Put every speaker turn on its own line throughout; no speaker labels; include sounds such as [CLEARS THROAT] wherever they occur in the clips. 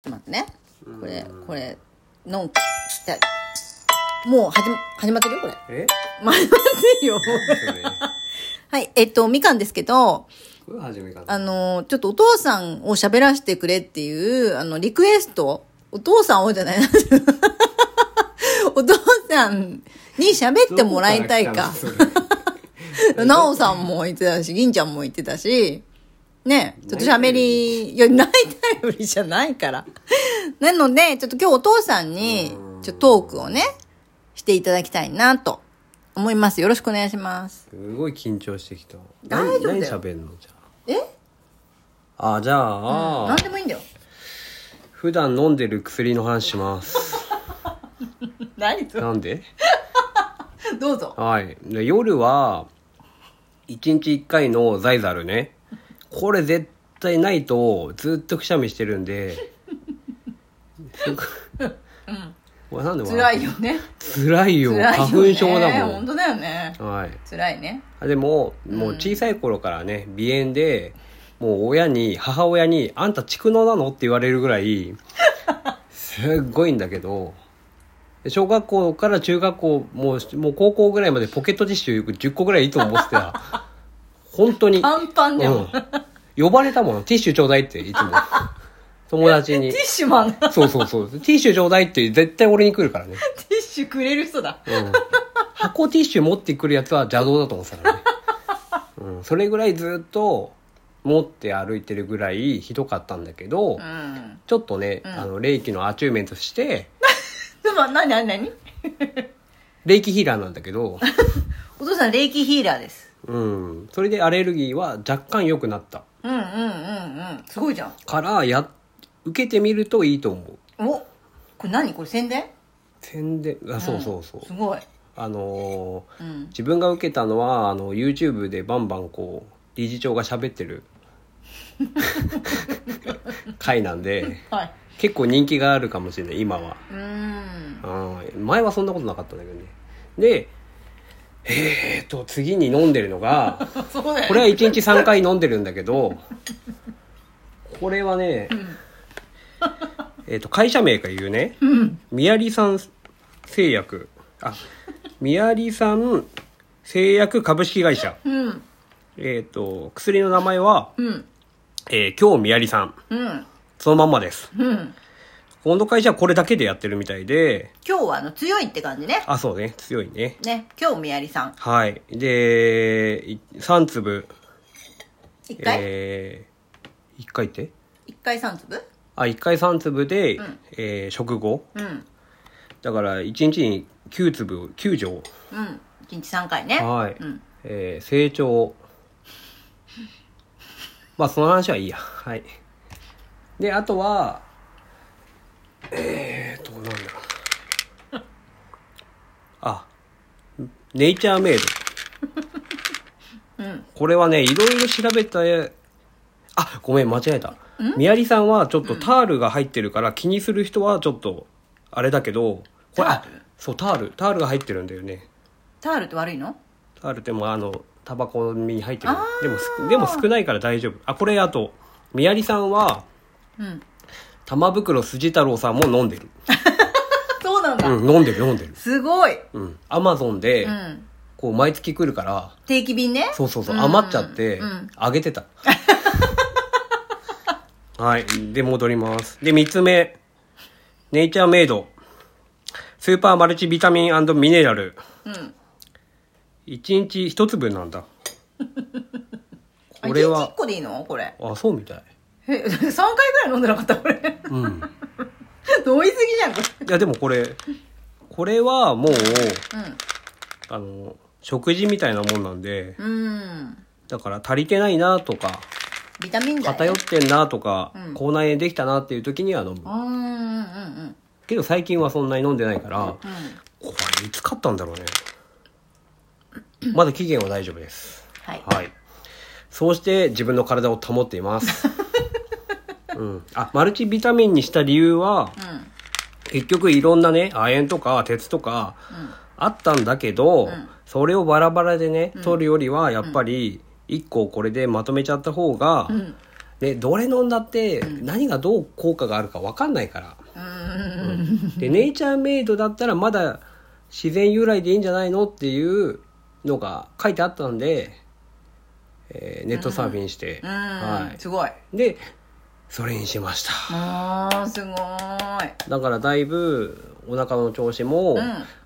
っと待ってね。これ、これ、のん、したい。もう、始ま、始まってるよ、これ。 [LAUGHS]
え
始まってるよ。
それ
はい、えっと、みかんですけど、
これ初めかな
あの、ちょっとお父さんを喋らせてくれっていう、あの、リクエスト、お父さんをじゃないな。 [LAUGHS] お父さんに喋ってもらいたいか。
どこら来たの
[LAUGHS]
れ
なおさんも言ってたし、銀ちゃんも言ってたし、ね、ちょっと喋り、いや、ない頼りじゃないから。なので、ちょっと今日お父さんに、ちょっとトークをね、していただきたいなと思います。よろしくお願いします。
それすごい緊張してきた
大丈夫だよ
何何喋んのじゃ
え
ああじゃあ、
何でもいいんだ
[LAUGHS]
よ。
普段飲んでる薬の話します
[LAUGHS] 何と
なんで
どうぞ。
はいで夜は1日1回のザイザルねこれ絶対ないとずっとくしゃみしてるんで
[LAUGHS]
すごい [LAUGHS] これなんで
辛
笑う
いよね。
辛いよ
辛いよね。
花粉症だも
本当だよね。
んはい
辛いね。
あでももう小さい頃からね鼻炎でもう親に母親に「あんた蓄膿なの?」って言われるぐらいすっごいんだけどで小学校から中学校もうもう高校ぐらいまでポケットティッシュ10個ぐらいいいと思ってた本当に、
パンパンでも。
うん、呼ばれたもんティッシュちょうだいっていつも友
[LAUGHS]
達
テ
に
ィッシュマ [LAUGHS] ン、テ
そうそうそうティッシュちょうだいって絶対俺に来るからね
ィッシュくれる人だ。
うん箱ティッシュ持ってくるやつは邪道だと思ってたからね、うん、それぐらいずっと持って歩いてるぐらいひどかったんだけ
う
ど、
ん。
ちょっとね、あの霊気のアチューメントして
でも、何何何
霊気ヒーラーなんだけど、
お父さん、霊気ヒーラーです。
うん、それでアレルギーは若干良くなった
うんうんうんうん。すごいじゃん。
からや受けてみるといいと思う
おこれ何これ宣伝
宣伝あそうそうそう、
すごい。
あのー
うん。
自分が受けたのはあの YouTube でバンバンこう理事長が喋ってる回なんで
はい。
結構人気があるかもしれない今は、
うーん。
うん、前はそんなことなかったんだけどねでえー、と次に飲んでるのが
[LAUGHS] そうだよね
これは1日3回飲んでるんだけどこれはね、えー、と会社名から言うね、みやりさん製薬あみやりさん製薬株式会社
うん。
えっ、と薬の名前は、
うん。
えー、今日みやりさん
うん。
そのまんまです
うん。
この会社はこれだけでやってるみたいで
今日は、あの、強いって感じね。
あ、そうね。強いね。
ね。今日、みやりさん。
はい。で、い3粒。
一回
えー、1回って
一回三粒
あ、1回3粒で、
ん
えー食後。
うん。
だから、1日に9粒、9錠。
うん。一日三回ね。
はい。
うん。
えー成長。まあ、その話はいいや。はい。で、あとは、えーと、なんだろう。あ、ネイチャーメイド。
うん。
これはね、いろいろ調べた、あ、ごめん、間違えた。みやりさんはちょっとタールが入ってるから気にする人はちょっと、あれだけど、これ、あ
タール
そう、タール。タールが入ってるんだよね。
タールって悪いの
タールってもうあの、タバコに入ってる
あ。ー
でもす、でも少ないから大丈夫。あ、これあと、みやりさんは、
うん。
玉袋筋太郎さんも飲んでる。
[LAUGHS] そうなんだ。
うん、飲んでる、飲んでる。
すごい。
うん。アマゾンで
う、ん。
こう、毎月来るから、
定期便ね。
そうそうそう、
ん
余っちゃって
うん、
あげてた。 [LAUGHS] はい。で、戻ります。で、三つ目。ネイチャーメイド。スーパーマルチビタミンミネラル。
うん。
一日一粒なん
[LAUGHS]
だ。
あ
これ
一日
は
一、個でいいのこれ。
あ、そうみたい。
え、3回 [LAUGHS] ぐらい飲んでなかったこれ。 [LAUGHS]
うん。
飲みすぎじゃん、こ
いや、でもこれ、これはもう、
れ。
あの、食事みたいなもんなんで、
うん。うん。
だから足りてないなとか、
ビタミン剤。
偏ってんなとか
うん、
口内炎できたなっていう時には飲む
う。んうんうん
けど最近はそんなに飲んでないから、
うん。うん。
これいつ買ったんだろうねまだ期限は大丈夫です
はい。
はいそうして自分の体を保っています
[LAUGHS]
うん、あマルチビタミンにした理由は
うん。
結局いろんなね亜鉛とか鉄とか
うん。
あったんだけど、
ん
それをバラバラでね取るよりはやっぱり1個これでまとめちゃった方が
ん
でどれ飲んだって何がどう効果があるか分かんない
[LAUGHS]
から、
うん
でネイチャーメイドだったらまだ自然由来でいいんじゃないのっていうのが書いてあったんで、えーネットサーフィンして、
うん、
は
すごい
い、でそれにしました
あーすごーい
だからだいぶお腹の調子も、
うん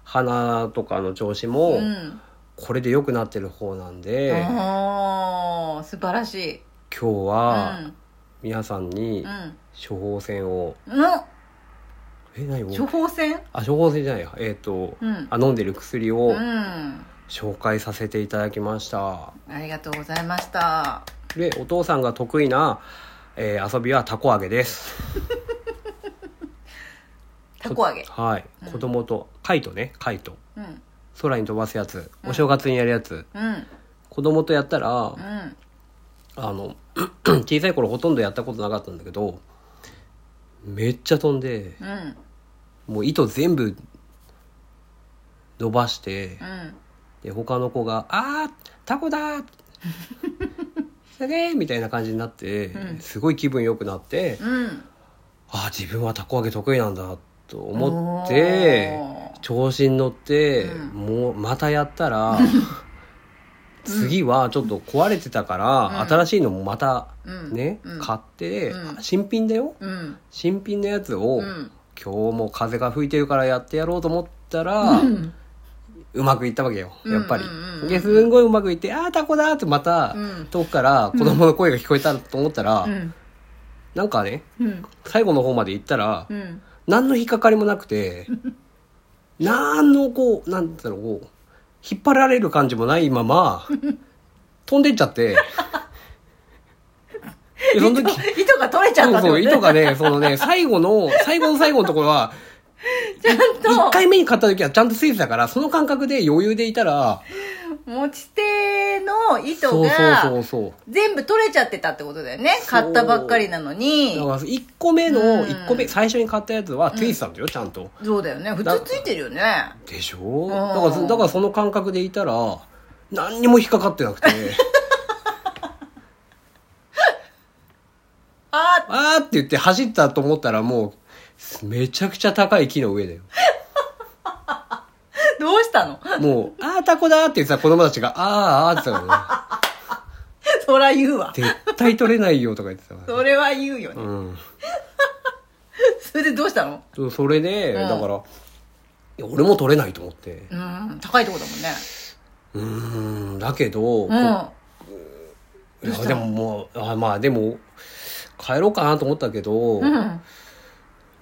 鼻とかの調子も、
うん
これで良くなってる方なんで、今
おー素晴らしい
日は皆さんに
うん
処方箋を、
うんの
え何
処方箋
あ処方箋じゃないやえっ、と、
うん
あ飲んでる薬を、
うん
紹介させていただきました
ありがとうございました
でお父さんが得意な、えー遊びはたこ揚げです
たこ揚げ
はい、子供とカイトねカイト
うん
空に飛ばすやつお正月にやるやつ、
うん
子供とやったら、
うん
あの [CLEARS THROAT] 小さい頃ほとんどやったことなかったんだけどめっちゃ飛んで
うん
もう糸全部伸ばして
うん
で他の子が「あータコだー! 」すげーみたいな感じになって、
うん
すごい気分良くなって、
うん
あ自分はたこ揚げ得意なんだと思って
おー
調子に乗って、
うん
もうまたやった
[LAUGHS]
ら次はちょっと壊れてたから、
うん
新しいのもまた
うん
ね、
うん
買って、
うん
新品だよ
うん
新品のやつを、
うん
今日も風が吹いてるからやってやろうと思ったら、う
うん
まくいったわけよやっぱり、
うんうんうんうん
ですんごいうまくいって「あータコだ!」ってまた、
うん
遠くから子供の声が聞こえたと思ったら、
うん
なんかね
うん
最後の方まで行ったら、
うん [LAUGHS]
何の引っかかりもなくて何のこうなんだろうこう引っ張られる感じもないまま飛んでっちゃって
[LAUGHS]
でその時
糸糸が取れちゃっ
そ
た
う
ってこ
そ
と
う
ね
糸がねそのね最後の最後の最後のところは
ちゃんと
1回目に買った時はちゃんとスイーツだからその感覚で余裕でいたら
持ち手の糸
そうそうそ
が
うそう
全部取れちゃってたってことだよね
そう
買ったばっかりなのに
だから1個目の
うん
一個目最初に買ったやつはついてたんだよちゃんと
そうだよね普通ついてるよね
でしょ
ん
だからそだからその感覚でいたら何にも引っかかってな
[LAUGHS]
くて
あ
あーって言って走ったと思ったらもうめちゃくちゃ高い木の上だよ
ーどうしたの [LAUGHS]
もう「あータコだ!」って言ってた子供たちが「あーあー」って言ってたか
そら言うわ [LAUGHS]
らね「絶対取れないよ」とか言ってたからね
それは言うよね
うん
それでどうしたの
そうそれで、
うん
だからいや俺も取れないと思って
うん高いとこだもんね
うーんだけ
う
ど、
ん
こいやでももうあまあでも帰ろうかなと思ったけど、
う
ね
ん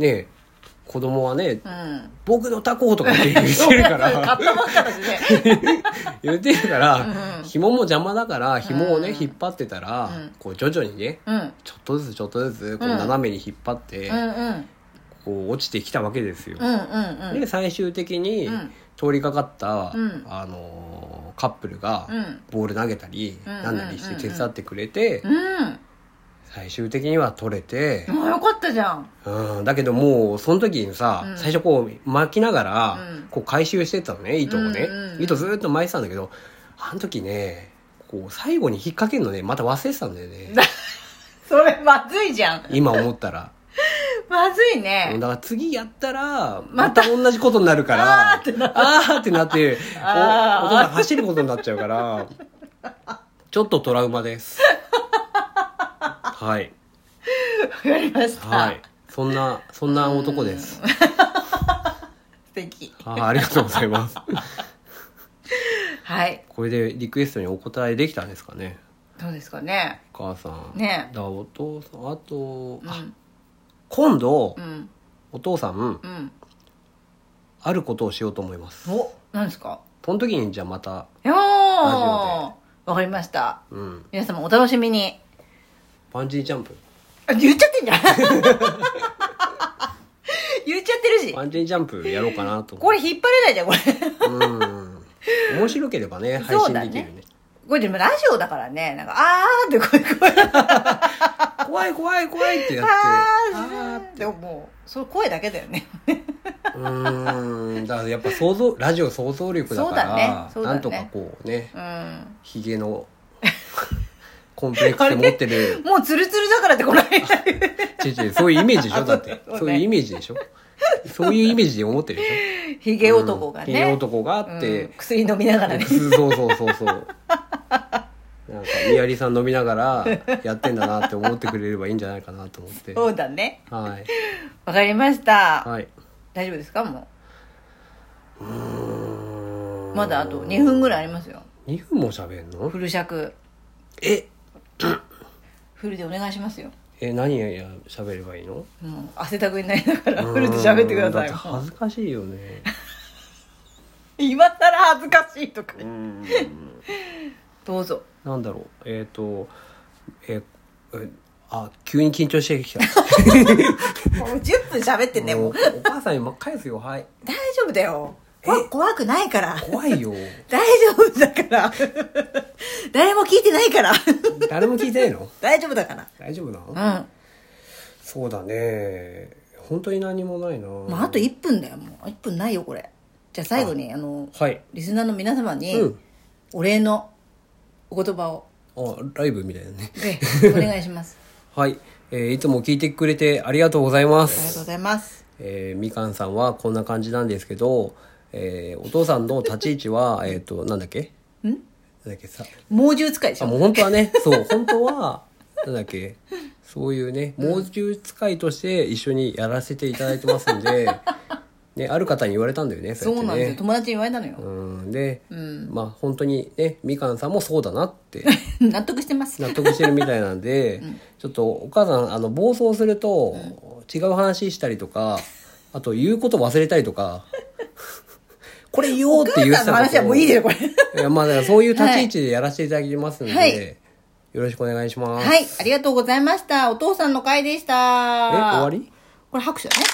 え子供はね
うん
「僕のタコ」とかって言ってるか
[LAUGHS]
ら
買ったばっかだし
[LAUGHS]
ね
言ってるから、
うん
紐も邪魔だから紐をね、
うん
引っ張ってたら、
うん
こう徐々にね
うんうん
ちょっとずつちょっとずつこう
うん
斜めに引っ張って、
うん
こう落ちてきたわけですよ。
うんうんうん
で最終的に
うん
通りかかった、
うん
あのーカップルが
うん
ボール投げたり、
うん
なんなりして
うん
手伝ってくれて、
うん
最終的には取れて、
あよかったじゃん
うん、だけどもうその時にさ、
うん
最初こう巻きながら
うん
こう回収してったのね糸をね、
うんうんうん
糸ずーっと巻いてたんだけどあの時ねこう最後に引っ掛けるのねまた忘れてたんだ
[LAUGHS]
よね
それまずいじゃん
今思ったら
まずい
だ
ね
から次やったらま
ま
た同じことになるからあーってなって
[LAUGHS] あー
おお父さん走ることになっちゃう
[LAUGHS]
からちょっとトラウマですはい
わかりました、
はいそんなそんな男です
素敵
あーありがとうございます
はい
これでリクエストにお答えできたんですかね
どうですかね
お母さん
ね
だからお父さんあと、
う
あ
ん
今度、
うん
お父さん
うん
あることをしようと思います
お何ですか
その時にじゃあまた
よー
ラ
わかりました
うん
皆様お楽しみに
バンジージャンプ
あ言っちゃってんじゃん言っちゃってるし
バンジージャンプやろうかなと
こ
思
れ引っ張れないじゃんこれ
うん面白ければね配
[LAUGHS] そう
信
だ
で
ね
きるね
これでもラジオだからねなんかあーって声声
怖い怖い怖いってやって
あ
あ
ーでももうその声だけだよね
ーうんだからやっぱ想像ラジオ想像力だか
そ
ら
うだねそうだね
なんとかこうね
うん
ひげのこコンプレックス持ってる
もうツルツルだからってこの間言う
違う違うそういうイメージでしょだって
そうね
そういうイメージでしょそういうイメージで思ってるでし
ヒゲ
ょ
男がね、
ひげ男があっ
う
て
ん、薬飲みなが
[LAUGHS]
らね
そうそうそうそうなんかみやりさん飲みながらやってんだなって思ってくれればいいんじゃないかなと思って
そうだね
はい
わかりました、
はい
大丈夫ですかもうまだあと2分ぐらいありますよ
2分も喋んの
フル尺
え
フルでお願いしますよ
え何や喋ればいいの
もう汗だくになりながらフルで喋ってください
うんって恥ずかしいよね
今更恥ずかしいとか
うん
どうぞ
なんだろうえっ、とええあ急に緊張してきた
もう10分喋ってねも
もう
う
お母さんに真っ返すよはい
大丈夫だよ怖怖くないから
怖いよ
大丈夫だから [LAUGHS] 誰も聞いてないから [LAUGHS]
誰も聞いてないの
大丈夫だから
大丈夫なの
うん
そうだね本当に何もないな
まああと1分だよもう1分ないよこれじゃあ最後にあの
はい
リスナーの皆様
う
に
ん
お礼のお言葉を、
あライブみたいなね
ねお願いし
[LAUGHS]
ます
はい、えーいつも聞いてくれてありがとうございま
ありがとう
す
ございます
えーみかんさんはこんな感じなんですけど、えーお父さんの立ち位置はえっとなんだっけ
ん
なんだっけさ
猛獣使いでし
あ
ょ
もう本当はねそう本当はなんだっけそういうね猛獣使いとして一緒にやらせていただいてますんで、ね、ある方に言われたんだよね
そう
やって
なん
ね
ですよ友達に言われたのよ、
うんで、まあ本当にねみかんさんもそうだなって
[LAUGHS] 納得してます
納得してるみたいなんで、ちょっとお母さんあの暴走すると、違う話したりとかあと言うこと忘れたりとかこれ言おうって言
お
う
母さんの話はもういいですよこれ
いやまあだからそういう立ち位置でやらせていただきますんで、
はい
よろしくお願いします。
はいありがとうございましたお父さんの会でした
え終わり
これ拍手だね